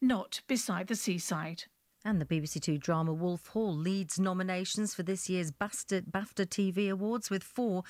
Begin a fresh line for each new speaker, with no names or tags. not beside the seaside.
And the BBC Two drama Wolf Hall leads nominations for this year's BAFTA, BAFTA TV Awards with four